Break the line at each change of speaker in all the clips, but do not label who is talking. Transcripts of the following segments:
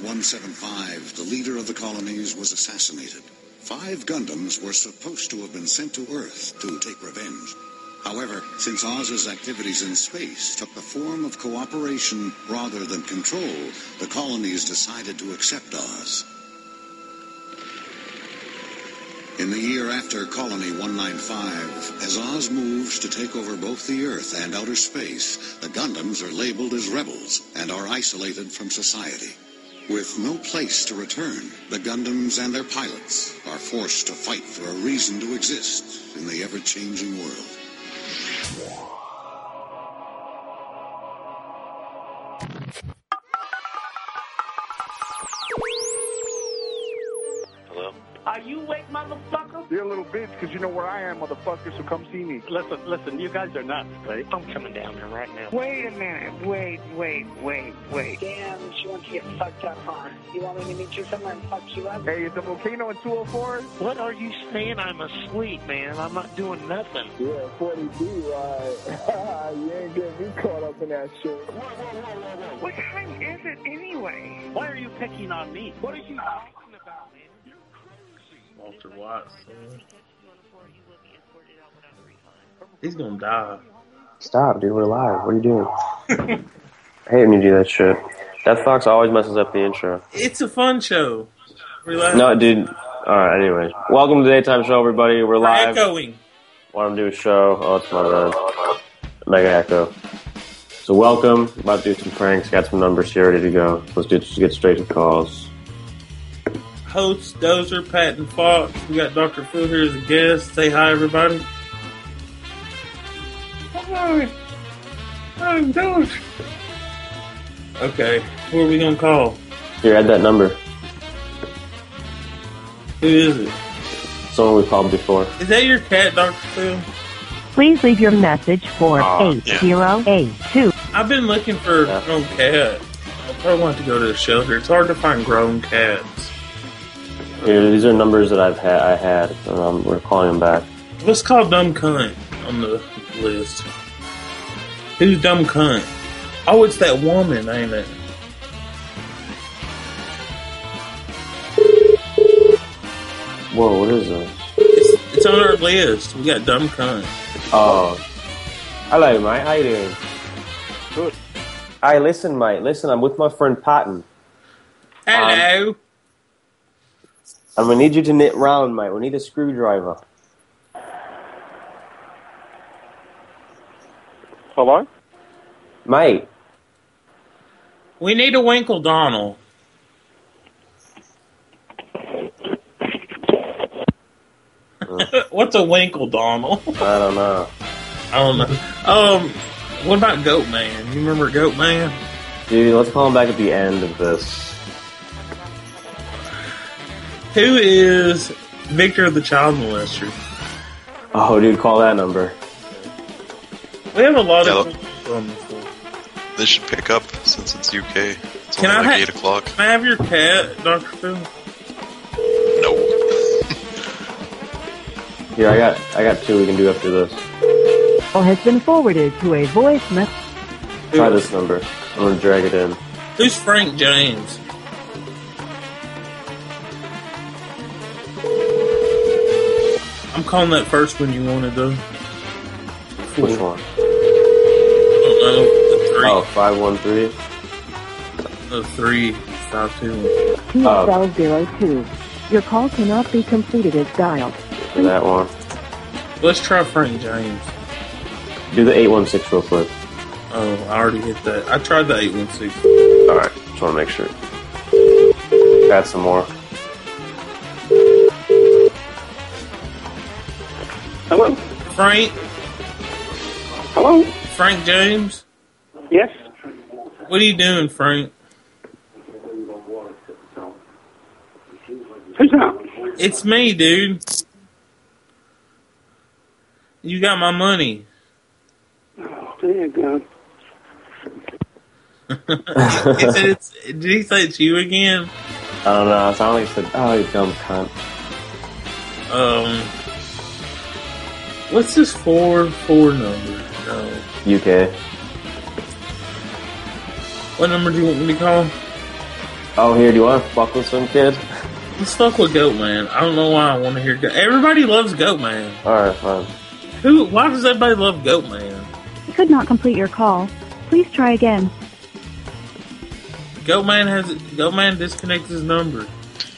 175, the leader of the colonies, was assassinated. Five Gundams were supposed to have been sent to Earth to take revenge. However, since Oz's activities in space took the form of cooperation rather than control, the colonies decided to accept Oz. In the year after Colony 195, as Oz moves to take over both the Earth and outer space, the Gundams are labeled as rebels and are isolated from society. With no place to return, the Gundams and their pilots are forced to fight for a reason to exist in the ever-changing world.
Hello?
Are you awake, motherfucker?
You're a little bitch because you know where I am, motherfucker, so come see me.
Listen, listen, you guys are nuts, right? I'm coming down here right now.
Wait a minute. Wait, wait, wait, wait.
Damn, she wants to get fucked up, huh? You want me to meet you somewhere and fuck you up?
Hey, is the volcano in 204?
What are you saying? I'm asleep, man. I'm not doing nothing.
Yeah, 40 D, right? you ain't getting me caught up in that shit.
What time is it anyway?
Why are you picking on me? What are you talking about, man?
Walter Watts. man. He's gonna die.
Stop, dude. We're live. What are you doing? I hate when you do that shit. Death Fox always messes up the intro.
It's a fun show. Relax.
No, dude. All right. Anyway, welcome to the daytime show, everybody. We're
We're
live.
echoing.
Want to do a show? Oh, it's my bad. Mega echo. So welcome. About to do some pranks. Got some numbers here ready to go. Let's do, just get straight to calls.
Host Dozer, Patton Fox. We got Dr. Phil here as a guest. Say hi, everybody. Hi, I'm Dozer. Okay, who are we gonna call?
Here, add that number.
Who is it?
Someone we called before.
Is that your cat, Dr. Phil?
Please leave your message for
Aw,
eight zero eight two.
I've been looking for
Yeah.
a grown cat. I probably want to go to a shelter. It's hard to find grown cats.
Here, these are numbers that I've had. I had. And, um, we're calling them back.
Let's call Dumb Cunt on the list. Who's Dumb Cunt? Oh, it's that woman, ain't it?
Whoa, what is this?
It's, it's on our list. We got Dumb Cunt.
Oh. Hello, mate. How you doing?
Good.
Hey, listen, mate. Listen, I'm with my friend Patton,
Hello.
and we need you to knit round, mate. We need a screwdriver.
Hello?
Mate,
we need a Winkle Donald. What's a Winkle Donald?
I don't know.
I don't know. Um, what about Goat Man? You remember Goat Man?
Dude, let's call him back at the end of this.
Who is Victor the Child Molester?
Oh, dude, call that number.
We have a lot
Hello.
of people on this list.
This should pick up since it's UK. It's
Can
only
I
like 8
ha-
o'clock.
Can I have your cat, Dr. Phil?
No.
Here, I got, I got two we can do after this.
Or has been forwarded to a voice message.
Try this number. I'm gonna drag it in.
Who's Frank James? I'm calling that first one you wanted though.
Which one?
I don't know. The uh, three.
Oh, five one three.
The three. Five two.
PL02. Your call cannot be completed as dialed.
For that one.
Let's try Frank James.
Do the eight one six real quick.
Oh, I already hit that. I tried the eight one six.
All right, just want to make sure. Got some more.
Hello?
Frank.
Hello?
Frank James.
Yes?
What are you doing, Frank?
Who's that?
It's me, dude. You got my money.
Oh, dear God.
He said it's, did he say it's you again?
uh, I don't know. It sounded like it said, oh, you dumb cunt.
Um, what's this four four number? Uh, No.
UK.
What number do you want me to call?
Oh, here, do you want to fuck with some kid?
Let's fuck with Goat Man. I don't know why I want to hear Goat. Everybody loves Goat Man.
Alright, fine.
Who? Why does everybody love Goat Man?
You could not complete your call. Please try again.
Goat Man has Goat Man disconnects his number.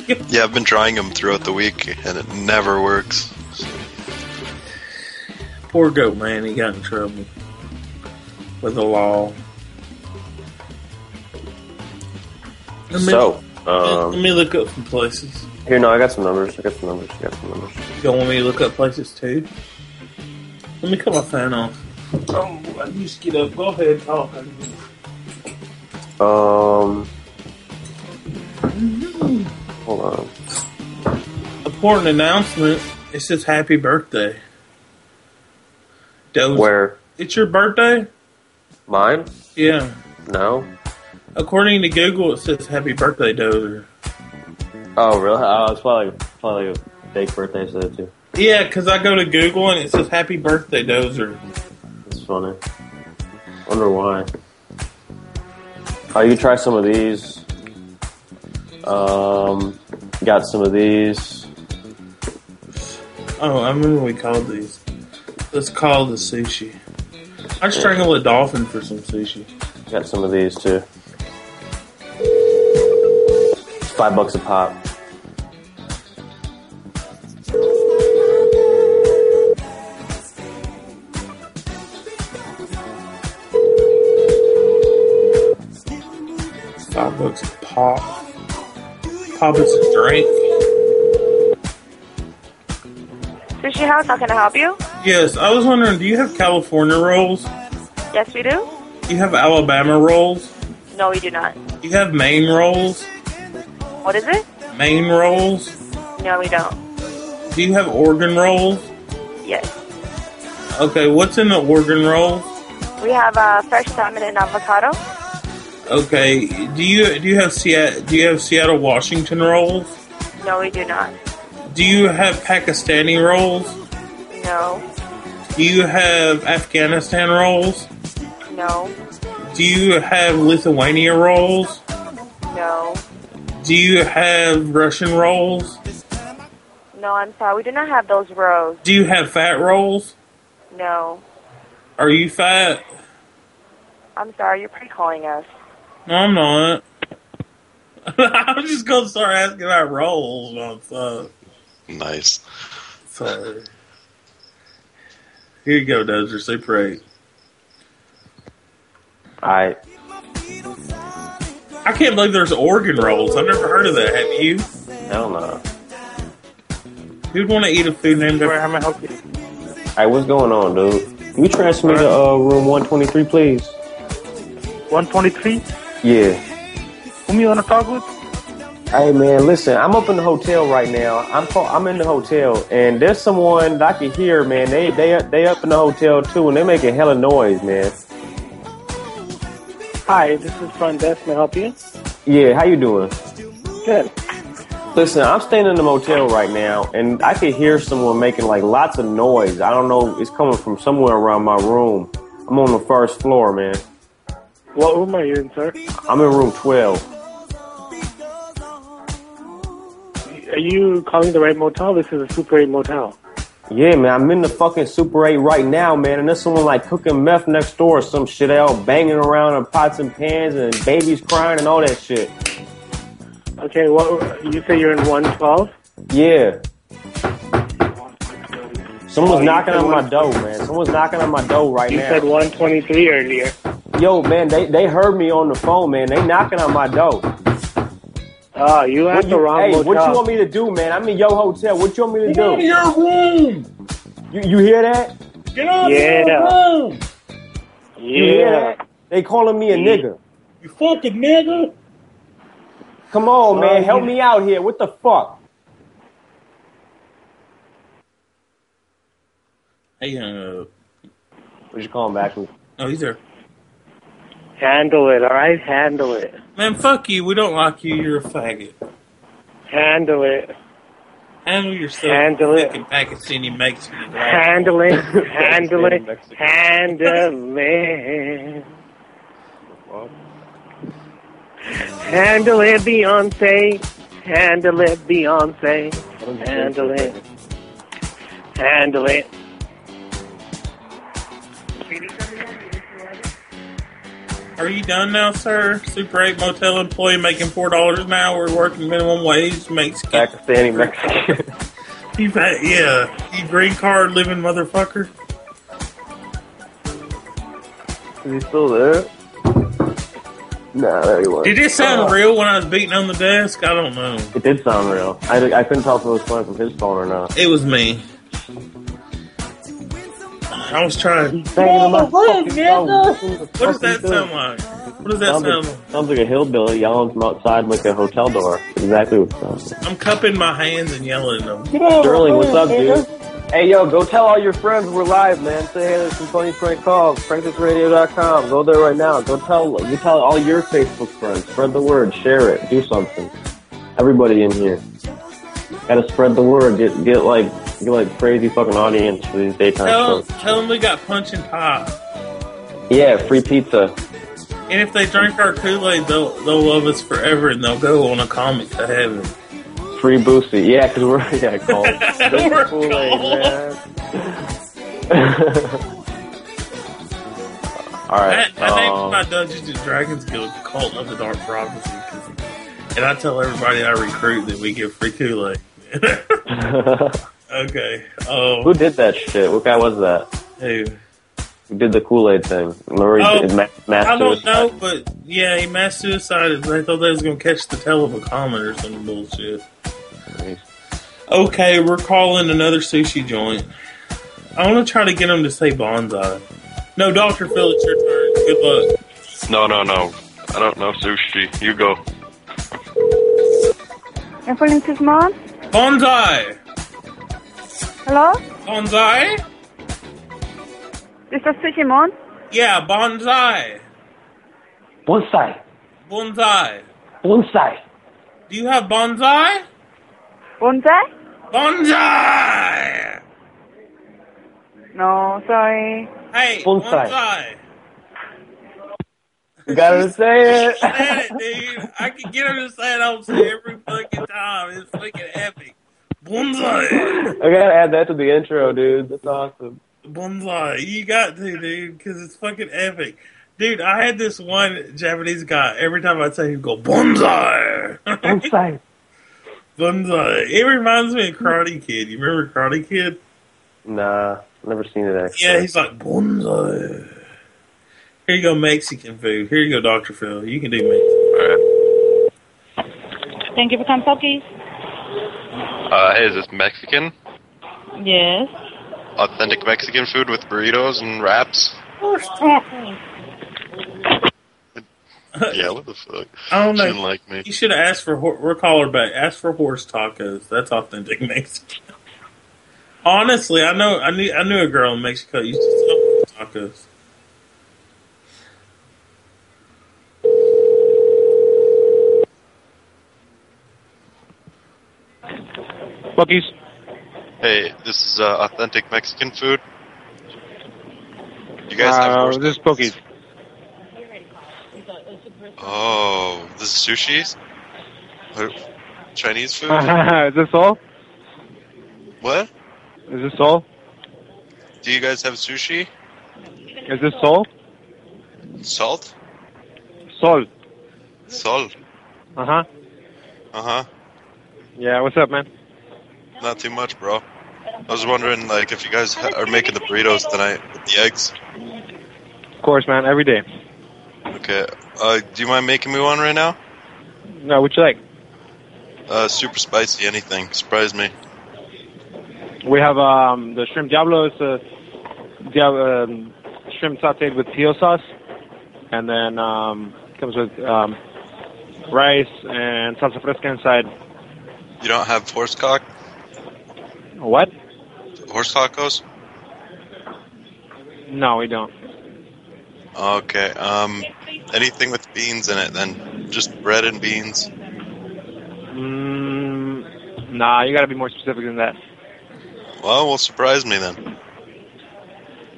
Yeah, I've been trying them throughout the week, and it never works.
Poor Goat Man, he got in trouble with the law. Let me-
So,
let me
um,
look up some places.
here, no, I got some numbers. I got some numbers. I got some numbers.
You don't want me to look up places too? Let me cut my fan off. Oh, I used to get up. Go ahead, talk.
Um, hold on.
Important announcement. It says happy birthday. Doja.
Where?
It's your birthday?
Mine?
Yeah.
No.
According to Google, it says happy birthday, Dozer.
Oh, really? Oh, it's probably probably a fake birthday so too.
Yeah, because I go to Google and it says happy birthday, Dozer.
It's funny. Wonder why. Oh, you can try some of these. Um, got some of these.
Oh, I remember we called these. Let's call the sushi. I strangle a dolphin for some sushi.
Got some of these too. It's five bucks a pop.
Five bucks a pop. Pop is a drink.
Sushi House, how can I help you?
Yes, I was wondering, do you have California rolls?
Yes, we do.
You have Alabama rolls?
No, we do not.
You have Maine rolls?
What is it?
Maine rolls?
No, we don't.
Do you have Oregon rolls?
Yes.
Okay, what's in the Oregon roll?
We have uh, fresh salmon and avocado.
Okay, do you do you have Seattle do you have Seattle Washington rolls?
No, we do not.
Do you have Pakistani rolls?
No,
Do you have Afghanistan rolls?
no,
Do you have Lithuania rolls?
no.
Do you have Russian rolls?
No, I'm sorry. We do not have those rolls.
Do you have fat rolls?
No.
Are you fat?
I'm sorry. You're pre calling us.
No, I'm not. I'm just gonna start asking about rolls. man, fuck.
Nice.
Sorry. Here you go, Dozer. Say pray.
I
I can't believe there's Oregon rolls. I've never heard of that. Have you?
Hell no.
Who'd want to eat a food named after? How may I help you?
Hey, what's going on, dude? Can you transfer me to uh, room one twenty three, please?
123?
Yeah.
Whom you want to talk with?
Hey man, listen. I'm up in the hotel right now. I'm call- I'm in the hotel, and there's someone that I can hear. Man, they they they up in the hotel too, and they making hella noise, man.
Hi, this is front desk. May I help you?
Yeah, how you doing?
Good.
Listen, I'm staying in the motel right now, and I could hear someone making like lots of noise. I don't know, it's coming from somewhere around my room. I'm on the first floor, man.
What room are you in, sir?
I'm in room 12.
Are you calling the right motel? This is a Super 8 motel.
Yeah, man, I'm in the fucking Super 8 right now, man, and there's someone like cooking meth next door or some shit. They all banging around in pots and pans and babies crying and all that shit.
Okay, what you say you're in 112?
Yeah.
Oh,
Someone's
you
knocking
said
on my
one-
door, man. Someone's knocking on my door right
you
now.
said 123 earlier.
Yo, man, they, they heard me on the phone, man. They knocking on my door.
Oh, you
What
at the wrong
hey,
motel.
what you want me to do, man? I'm in your hotel. What you want me to
Get out
do?
of
room.
You, you hear that?
Get
out of your
Yeah.
room.
You hear that? They calling me a
Yeah.
nigga.
You fucking nigga.
Come on,
Oh,
Uh,
man. Help
yeah.
me out here. What the fuck?
Hey, uh,
what you calling back?
Oh, he's there.
Handle it, all right? Handle it.
Man, fuck you. We don't like you. You're a faggot.
Handle it.
Handle yourself.
Handle it.
Fucking Pakistani makes me laugh.
Handle it. Handle it. Handle it.
Handle it, Beyonce. Handle it, Beyonce. Handle it. Handle it.
Are you done now, sir? Super 8 motel employee making $4 an hour, working minimum wage, makes
Pakistani Mexican.
You bet, yeah. You green card living motherfucker.
Is he still there? Nah, there he was.
Did it sound
Uh,
real when I was beating on the desk? I don't know.
It did sound real. I, I couldn't tell if it was coming from his phone or not.
It was me. I was trying. What does that sound like? What does that
sounds,
sound like?
like, sounds like a hillbilly yelling from outside like a hotel door. Exactly what it sounds like.
I'm cupping my hands and yelling at them.
Sterling, what's up, dude? Hey, yo, go tell all your friends we're live, man. Say hey, there's some funny prank calls. FrankisRadio.com. Go there right now. Go tell you tell all your Facebook friends. Spread the word. Share it. Do something. Everybody in here. Gotta spread the word. Get get like get like crazy fucking audience for these daytime
Tell,
shows.
tell them we got punch and pie.
Yeah, free pizza.
And if they drink our Kool Aid, they'll, they'll love us forever and they'll go on a comic to heaven.
Free boosty. Yeah, because we're yeah, cold.
We're
Alright.
I, I
um,
named my Dungeons and Dragons Guild Cult of the Dark Prophecy. 'cause- And I tell everybody I recruit that we get free Kool Aid. okay. Oh,
Who did that shit? What guy was that?
Who?
Who did the Kool Aid thing? Remember he
Oh,
did ma- mass
I don't
suicide?
know, but yeah, he mass suicided. They thought they was gonna catch the tail of a comet or some bullshit. Okay, we're calling another sushi joint. I want to try to get him to say bonsai. No, Doctor Phil, it's your turn. Good luck.
No, no, no. I don't know sushi. You go.
And for Mrs. Mom?
Bonsai.
Hello?
Bonsai.
This is Sushi Mom?
Yeah, bonsai.
Bonsai.
Bonsai.
Bonsai.
Do you have bonsai?
Bonsai?
Bonsai.
No, sorry.
Hey,
Bonsai.
bonsai.
You gotta say it.
Said it, dude. I can get her to say it on every fucking time. It's fucking epic. Bonsai.
I gotta add that to the intro, dude. That's awesome.
Bonsai. You got to, dude, because it's fucking epic. Dude, I had this one Japanese guy. Every time I would say, he'd go, Bonsai!
Bonsai.
Bonsai. It reminds me of Karate Kid. You remember Karate Kid?
Nah, never seen it actually.
Yeah, he's like, Bonsai. Here you go, Mexican food. Here you go, Dr. Phil. You can do Mexican.
Thank you for coming, Pokey.
Uh, hey, is this Mexican?
Yes.
Authentic Mexican food with burritos and wraps? yeah, what the fuck?
I don't know.
She didn't like me.
You should have asked for, hor- we'll call her back. Ask for horse tacos. That's authentic Mexican. Honestly, I know, I knew, I knew a girl in Mexico used to sell horse tacos.
Bucky's. Hey, this is uh, authentic Mexican food. You guys have horse-
Uh, this is Pokey's.
Oh, this is sushi? Or Chinese food?
is this all?
what?
Is this all?
Do you guys have sushi?
Is this all?
Salt?
Sol.
Sol.
Uh huh.
Uh huh.
Yeah. What's up, man?
Not too much, bro. I was wondering, like, if you guys ha- are making the burritos tonight with the eggs.
Of course, man. Every day.
Okay. Uh, do you mind making me one right now?
No, what you like?
Uh, super spicy, anything. Surprise me.
We have um, the shrimp diablo. It's a dia- um, shrimp sautéed with teal sauce, and then um, comes with um, rice and salsa fresca inside.
You don't have horse cock?
What?
Horse tacos?
No, we don't.
Okay. Um, anything with beans in it, then. Just bread and beans.
Mm, nah, you gotta be more specific than that.
Well, well, surprise me then.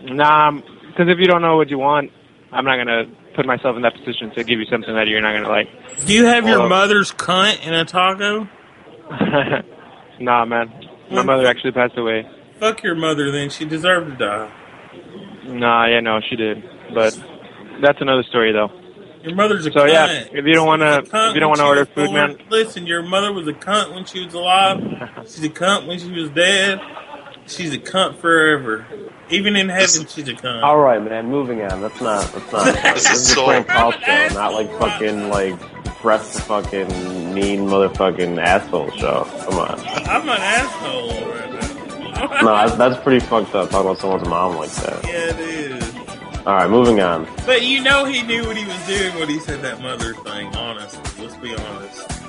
Nah, because if you don't know what you want, I'm not gonna put myself in that position to give you something that you're not gonna like.
Do you have your
Well-
mother's cunt in a taco?
nah, man. My mother actually passed away.
Fuck your mother, then. She deserved to die.
Nah, yeah, no, she did. But that's another story, though.
Your mother's a
So
cunt.
yeah, if you don't want to, if you don't want to order food, man,
Listen, your mother was a cunt when she was alive. She's a cunt when she was dead. She's a cunt forever. Even in heaven, she's a cunt.
All right, man. Moving on. That's not. That's not. this is a
so-
prank call show, not like fucking like breast fucking mean motherfucking asshole show. Come on.
I'm an asshole right now.
No, that's, that's pretty fucked up. Talking about someone's mom like that.
yeah, it is.
All right, moving on.
But you know he knew what he was doing when he said that mother thing. Honestly, let's be honest.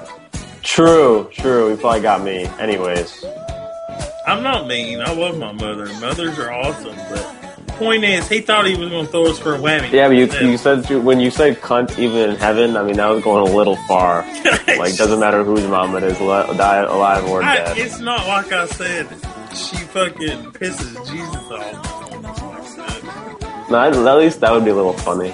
True, true. He probably got me. Anyways,
I'm not mean. I love my mother. Mothers are awesome. But point is, he thought he was going to throw us for a whammy.
yeah, but you, you said you, when you said cunt, even in heaven, I mean that was going a little far. like, doesn't matter whose mom it is, li- die alive or
I,
dead.
it's not like I said she fucking pisses Jesus off.
No, at at least that would be a little funny.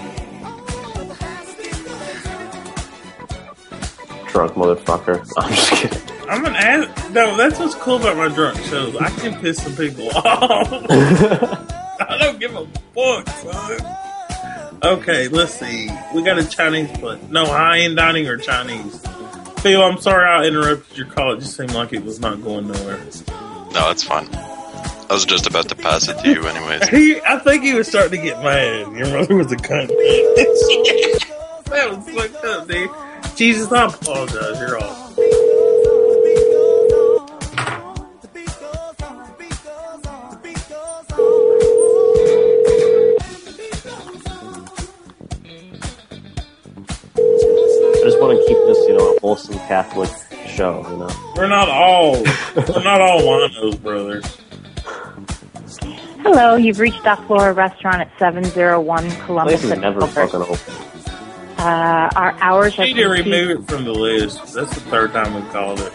Drunk motherfucker. I'm just kidding.
I'm an ass. No, that's what's cool about my drunk shows. I can piss some people off. I don't give a fuck, son. Okay, let's see. We got a Chinese place. No, high end dining or Chinese. Phil, I'm sorry I interrupted your call. It just seemed like it was not going nowhere.
No, it's fine. I was just about to pass it to you, anyways.
He, I think he was starting to get mad. Your mother was a cunt. that was fucked up, dude. Jesus, I apologize. You're off.
I just want to keep this, you know, a wholesome Catholic show, you know.
We're not all. we're not all winos, brother.
Hello, you've reached our Flora restaurant at 701 Columbus.
Place is
at
never
Gilbert.
fucking open.
uh, our hours are
She did
from two-
remove it from the list. That's the third time we called it.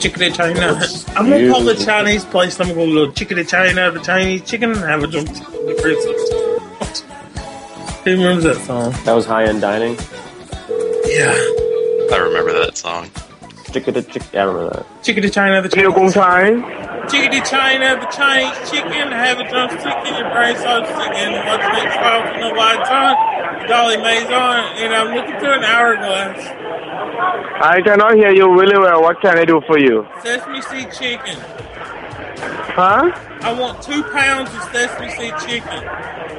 Chicken to China. I'm gonna call the Chinese place. I'm gonna go to chicken to China, the Chinese chicken, and have a jump to the Christmas. Who remembers that song?
That was high end dining.
Yeah.
I remember that song.
Chick it, chick. I remember that.
Chicken to China, the
Chicken
Chicken to China, the Chinese chicken, have a drumstick in your brain, so chicken, what's next trial from the wide time, Dolly Mays on, and I'm looking through an hourglass.
I cannot hear you really well. What can I do for you?
Sesame seed chicken.
Huh?
I want two pounds of sesame seed chicken.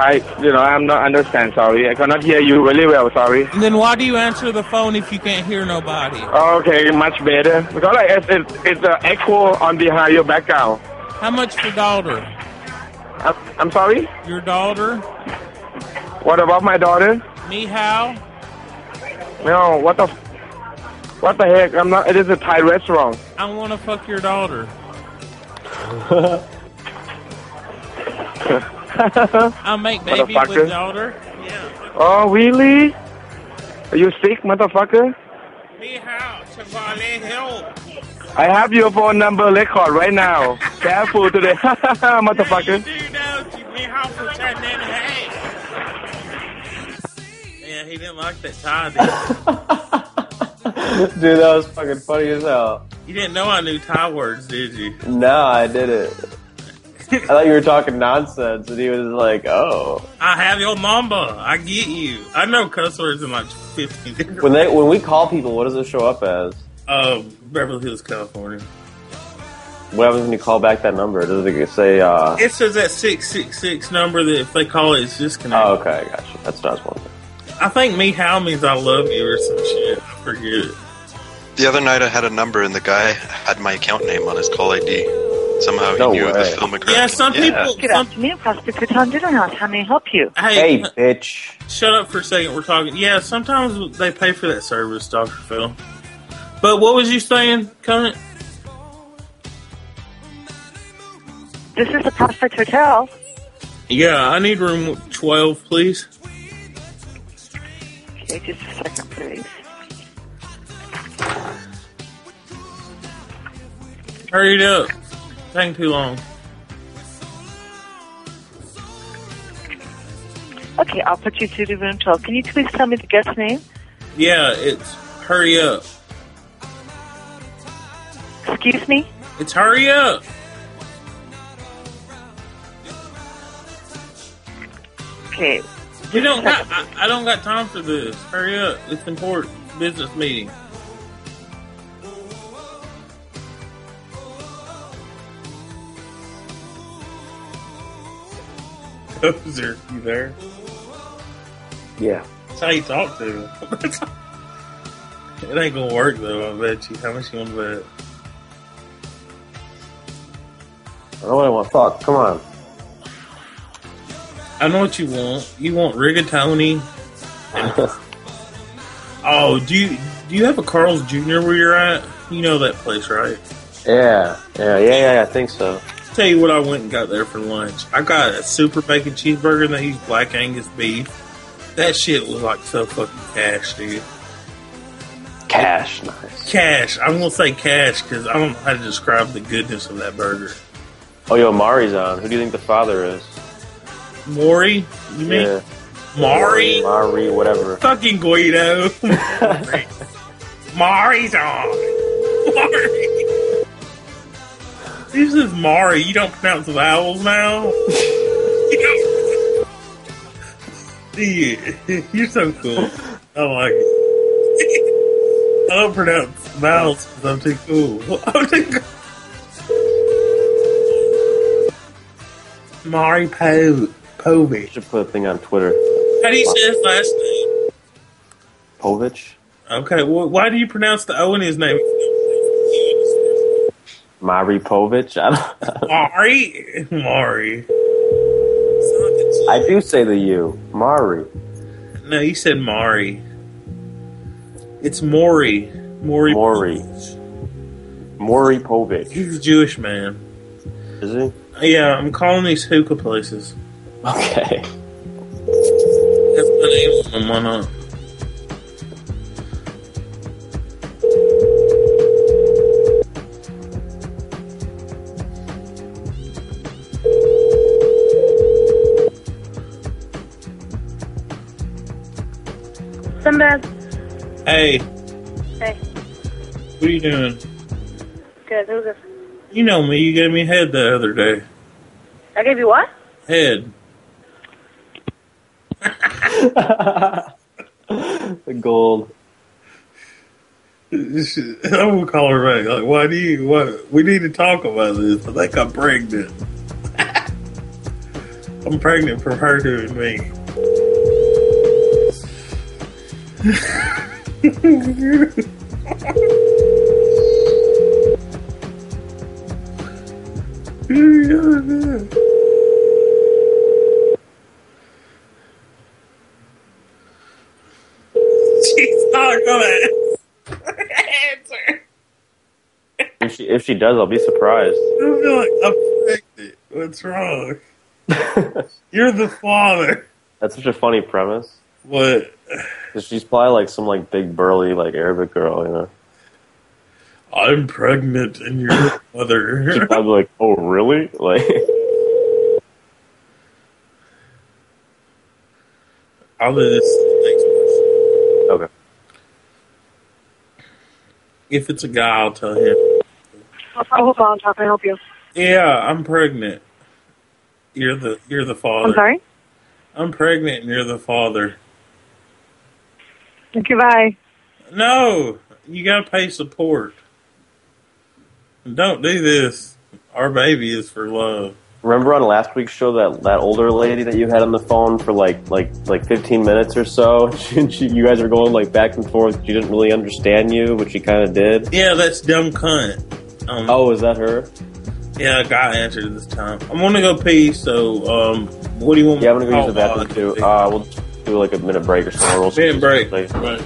I, you know, I'm not understand. Sorry, I cannot hear you really well. Sorry.
Then why do you answer the phone if you can't hear nobody?
Okay, much better. Because like, it's it's, it's an echo on behind your background.
How much for daughter?
I'm, I'm sorry.
Your daughter?
What about my daughter?
Me how?
No. What the? f- What the heck? I'm not. It is a Thai restaurant.
I want to fuck your daughter. I make baby
Motherfucker.
with daughter.
Oh really? Are you sick, motherfucker?
Me how? Chevalier help.
I have your phone number record right now. Careful today, motherfucker.
Me how for China Yeah, he didn't like that tie. Did
Dude, that was fucking funny as hell.
he? you didn't know I knew tie words, did you?
No, I didn't. I thought you were talking nonsense, and he was like, "Oh."
I have your mamba. I get you. I know cuss words in like 15 different
When they when we call people, what does it show up as?
Uh, Beverly Hills, California.
What happens when you call back that number? Does it say? uh
It says that 666 number that if they call it, it's disconnected.
Oh, okay, I got you. That's what I was wondering.
I think me how means I love you or some shit. I forget it.
The other night I had a number and the guy had my account name on his call ID. Somehow he
No
knew it was
way.
Phil McGrath.
Yeah, some people.
Good afternoon, Prostitute Tom Dinnerhouse. How may I help you?
Hey, uh,
bitch.
Shut up for a second. We're talking. Yeah, sometimes they pay for that service, Dr. Phil. But what was you saying, Comment?
This is the Prospect Hotel.
Yeah, I need room 12, please.
Okay, just a second, please.
Hurry it up. Taking too long.
Okay, I'll put you through to room 12. Can you please tell me the guest's name?
Yeah, it's hurry up.
Excuse me?
It's hurry up.
Okay.
We don't got, I, I don't got time for this. Hurry up. It's important. Business meeting. Gozer, you there?
Yeah.
That's how you talk to him. it ain't gonna work though, I bet you. How much you wanna bet?
I don't really want to talk. Come on.
I know what you want. You want rigatoni. oh, do you do you have a Carl's Jr. where you're at? You know that place, right?
Yeah, yeah, yeah, yeah. I think so.
tell you what I went and got there for lunch. I got a super bacon cheeseburger and they used black Angus beef. That shit was like so fucking cash, dude.
Cash, nice.
Cash. I'm gonna say cash because I don't know how to describe the goodness of that burger.
Oh, yo, Mari's on. Who do you think the father is?
Maury, you mean?
Yeah.
Maury?
Mari, whatever.
Fucking Guido. Mari's on. Mari. This is Mari. You don't pronounce vowels now? You don't- Yeah. You're so cool. I like it. I don't pronounce vowels because I'm too cool. I'm too cool. Mari Povey. Povey.
Should put a thing on Twitter.
How do you say his last name?
Povich?
Okay, well, why do you pronounce the O in his name?
Mari Povich? I don't.
Mari? Mari.
I do say the U. Mari.
No, you said Mari. It's Maury. Maury.
Maury. Maury Povich.
He's a Jewish man.
Is he?
Yeah, I'm calling these hookah places.
Okay.
That's my name on them, why not?
Somebody,
Hey,
hey,
what are you doing?
good, who's this?
You know me, you gave me head the other day.
I gave you what?
Head.
The gold.
I'm gonna call her back. Like, why do you? What we need to talk about this? I think I'm pregnant. I'm pregnant from her doing me. She's not gonna answer.
If she, if she does, I'll be surprised.
I'm like, I'm pregnant. What's wrong? You're the father.
That's such a funny premise.
What?
'Cause she's probably like some like big burly like Arabic girl, you know.
I'm pregnant and you're the mother.
She's probably like, oh really? Like,
I'll do this next person.
Okay.
If it's a guy, I'll tell him.
hold on, how can I help you?
Yeah, I'm pregnant. You're the you're the father.
I'm sorry?
I'm pregnant and you're the father.
Okay, bye.
No, you gotta pay support. Don't do this. Our baby is for love.
remember on last week's show that that older lady that you had on the phone for like like like fifteen minutes or so? She, she, you guys were going like back and forth. She didn't really understand you, but she kind of did.
Yeah, that's dumb cunt. Um,
Oh, is that her?
Yeah, a guy answered this time. I'm gonna go pee. So, um, what do you want?
Yeah, I'm
me
gonna go use the
call
bathroom too. Uh, we'll do like a minute break or something. We'll
Minute break.
Uh,
Right.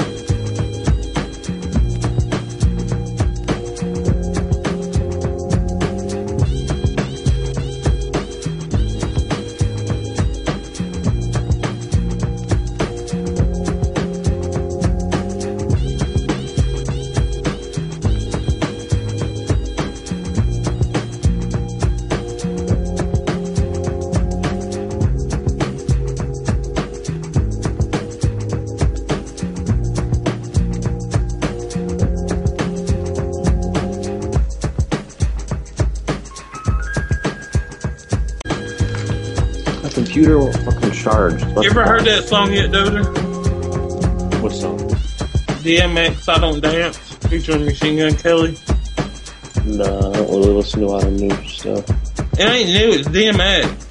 Thank
computer won't fucking charge.
You ever heard that song yet, Dozer?
What song?
DMX, I Don't Dance, featuring Machine Gun Kelly.
Nah, I don't really listen to a lot of new stuff.
It ain't new, it's DMX.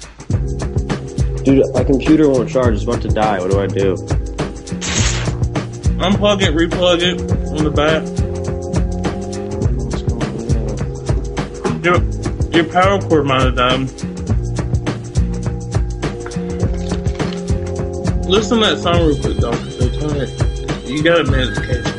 Dude, my computer won't charge. It's about to die. What do I do?
Unplug it, replug it on the back. Your, your power cord might have died. Listen to that song real quick, Doctor. So tell it. You got a medication.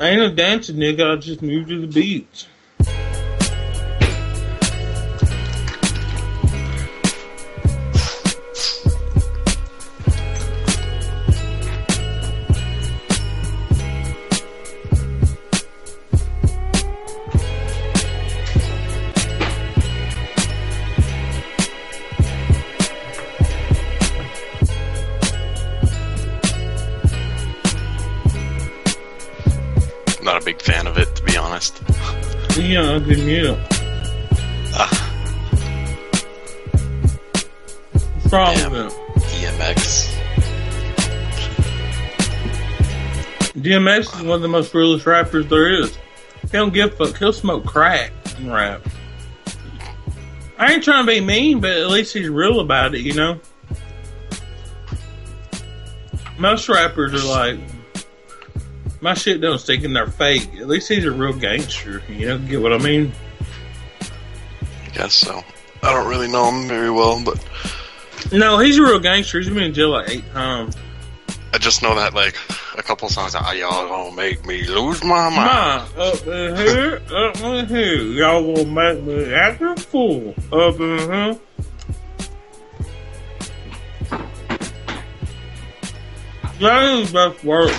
I ain't a dancing nigga. I just moved to the beach.
Not a big fan of it, to be honest.
Yeah, I didn't mute him.
Ah,
What's wrong with him?
E DMX.
DMX is one of the most realest rappers there is. He don't give a fuck. He'll smoke crack and rap. I ain't trying to be mean, but at least he's real about it, you know? Most rappers are like, my shit don't stick in their fake. At least he's a real gangster, you know? Get what I mean?
I guess so. I don't really know him very well, but
No, he's a real gangster. He's been in jail like eight times.
I just know that like a couple songs. Ah, y'all gonna make me lose my mind.
Ma, up in here, up in here. Y'all will make me act a fool. Up in here. That is his best work.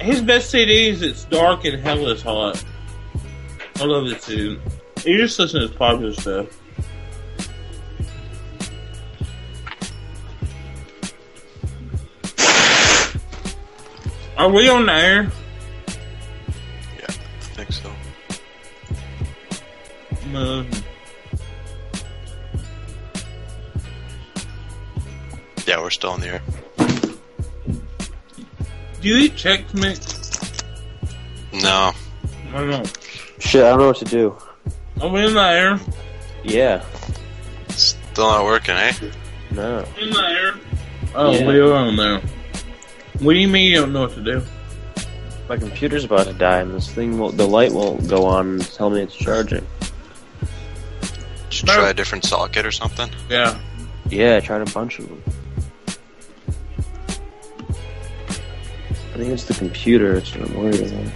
His best CD is It's Dark and Hell is Hot. I love this dude. You just listen to his popular stuff. Are we on the air?
I think so.
No.
Yeah, we're still in the air.
Do you eat Chex Mix?
No.
I don't know.
Shit, I don't know what to do.
Are we in the air?
Yeah.
Still not working, eh?
No.
In the air. Oh,
Yeah.
we are on there. What do you mean you don't know what to do?
My computer's about to die, and this thing won't. The light won't go on. And tell me it's charging.
Should try a different socket or something.
Yeah.
Yeah, I tried a bunch of them. I think it's the computer. It's what I'm worried about.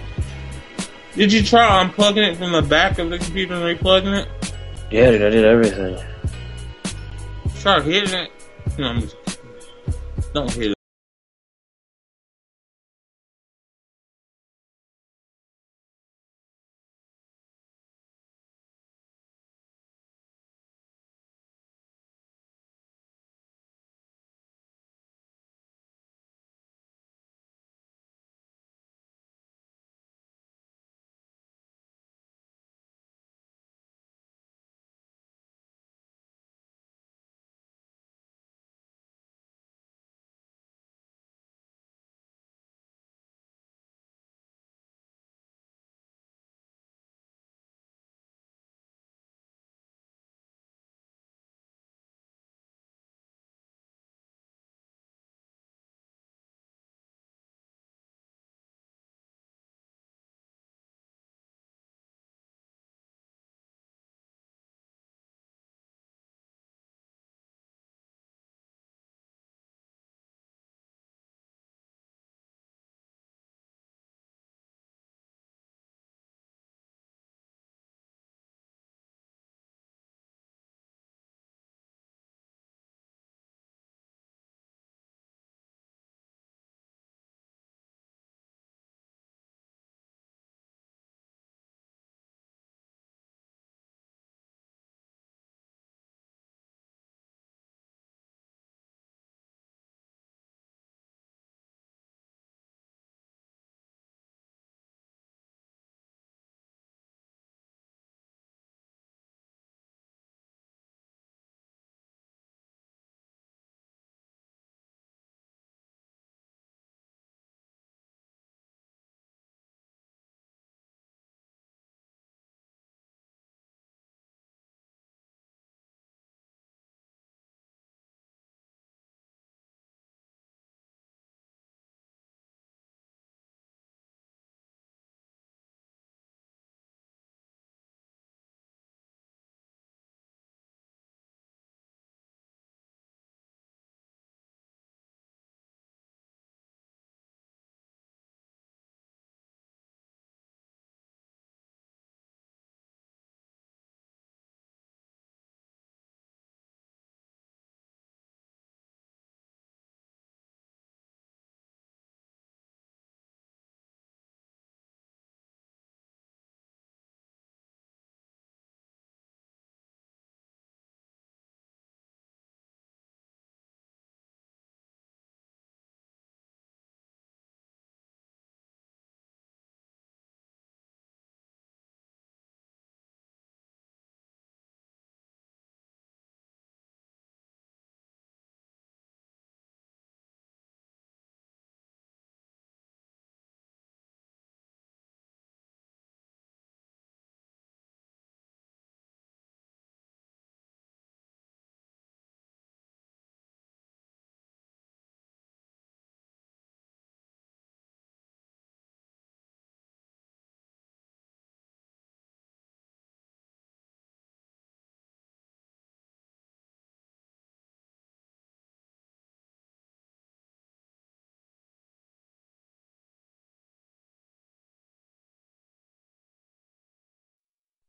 Did you try unplugging it from the back of the computer and replugging it?
Yeah, dude, I did everything.
Try hitting it? No, I'm just Don't hit it.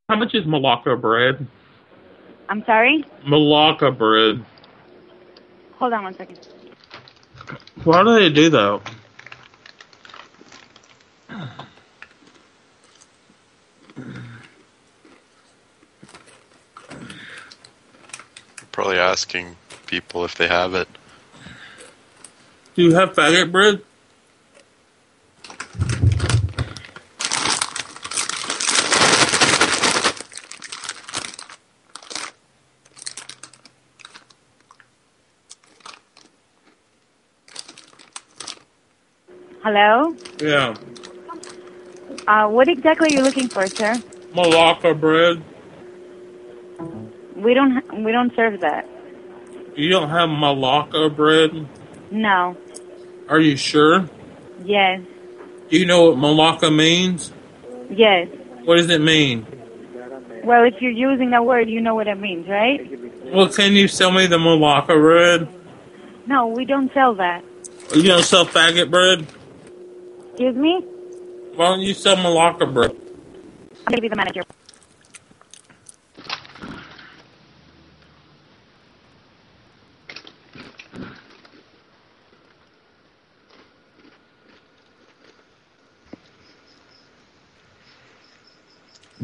How much is Malacca bread?
I'm sorry?
Malacca bread.
Hold on one second.
Why do they do that?
Probably asking people if they have it.
Do you have faggot bread?
Hello?
Yeah.
Uh, what exactly are you looking for, sir?
Malacca bread.
We don't ha- we don't serve that.
You don't have Malacca bread?
No.
Are you sure?
Yes.
Do you know what Malacca means?
Yes.
What does it mean?
Well, if you're using that word, you know what it means, right?
Well, can you sell me the Malacca bread?
No, we don't sell that.
You don't sell faggot bread?
Excuse me?
Why don't you sell Malacca bread?
I'm going to be the manager.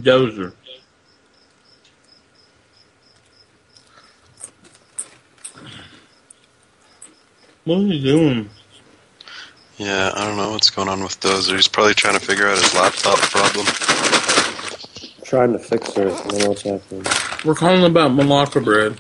Dozer. What are you doing?
Yeah, I don't know what's going on with Dozer. He's probably trying to figure out his laptop problem.
Trying to fix her. I don't know what's happening.
We're calling about Malacca bread.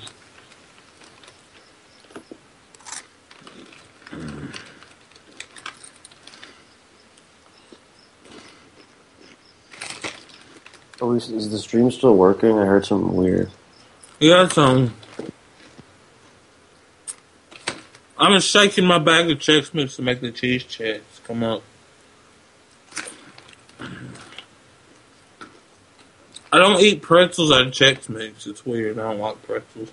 Oh, is, is the stream still working? I heard something weird.
Yeah, some. I'm just shaking my bag of Chex Mix to make the cheese Chex come up. I don't eat pretzels out of Chex Mix. It's weird. I don't like pretzels.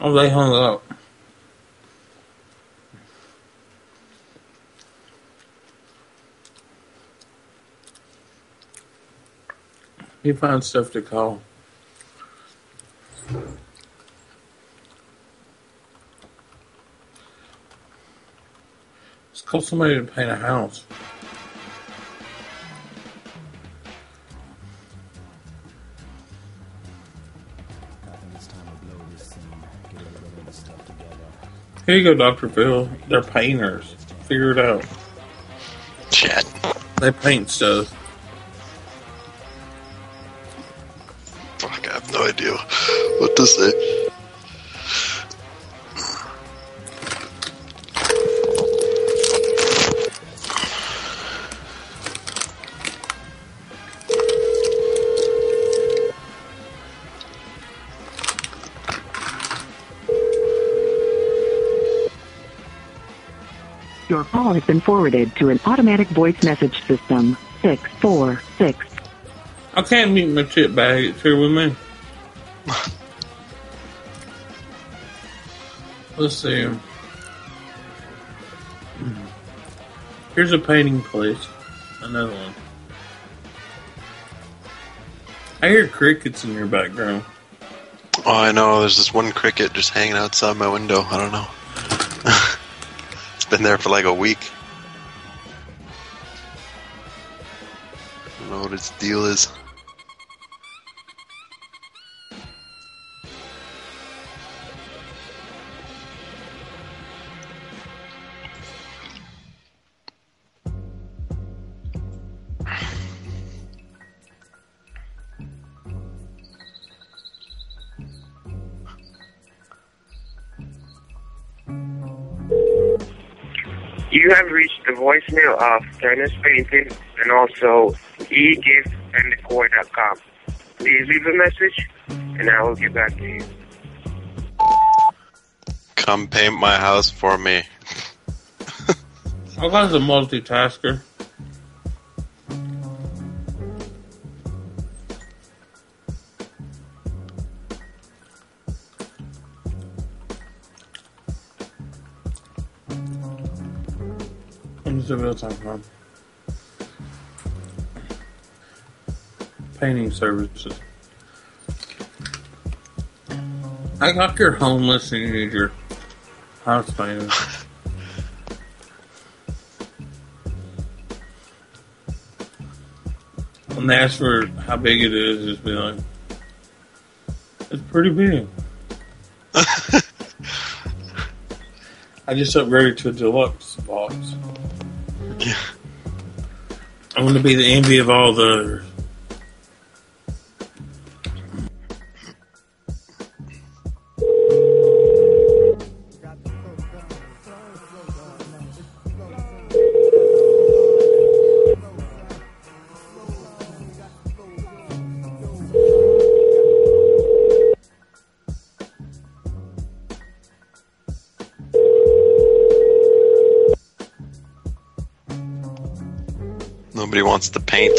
Oh, they hung up. He finds stuff to call. Let's call somebody to paint a house. Here you go, Dr. Phil. They're painters. Figure it out.
Chat.
They paint stuff.
Fuck, I have no idea what to say.
Your call has been forwarded to an automatic voice message system. 646.
I can't mute my chip bag. It's here with me. Let's see. Here's a painting place. Another one. I hear crickets in your background.
Oh, I know. There's this one cricket just hanging outside my window. I don't know. it's been there for like a week. I don't know what its deal is.
You have reached the voicemail of Dennis Painting and also e egift.com. Please leave a message and I will get back to you.
Come paint my house for me.
I was a multitasker. I'm When's the real time from? Painting services. I got your homeless and you need your house painted. and that's for how big it is, just be like, it's pretty big. I just upgraded to a deluxe box.
Yeah.
I want to be the envy of all the.
Nobody wants to paint.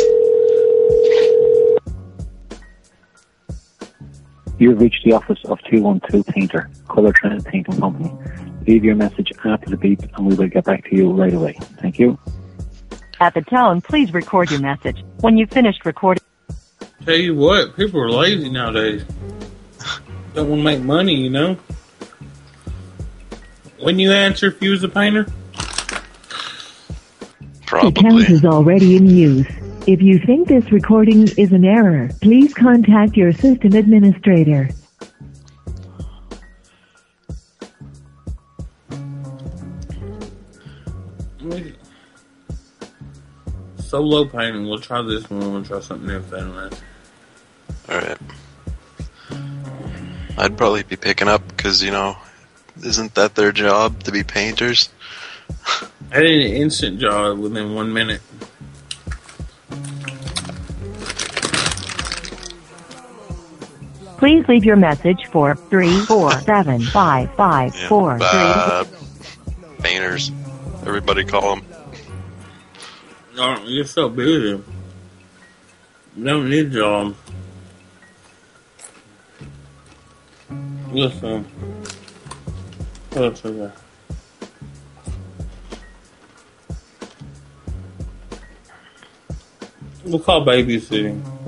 You have reached the office of 212 Painter, Color Trend Painting Company. Leave your message after the beep and we will get back to you right away. Thank you.
At the tone, please record your message. When you've finished recording,
Tell you what, people are lazy nowadays. Don't want to make money, you know? Wouldn't you answer if you was a painter?
The count is already in use. If you think this recording is an error, please contact your system administrator.
Solo painting. We'll try this one. We'll try something new if they don't answer.
Alright. I'd probably be picking up because, you know, isn't that their job to be painters?
I did an instant job within one minute.
please leave your message for three four seven five five four three.
Uh, painters. Everybody call them.
Oh, you're so busy. You don't need a job. Listen. What else is there? We'll call babysitting.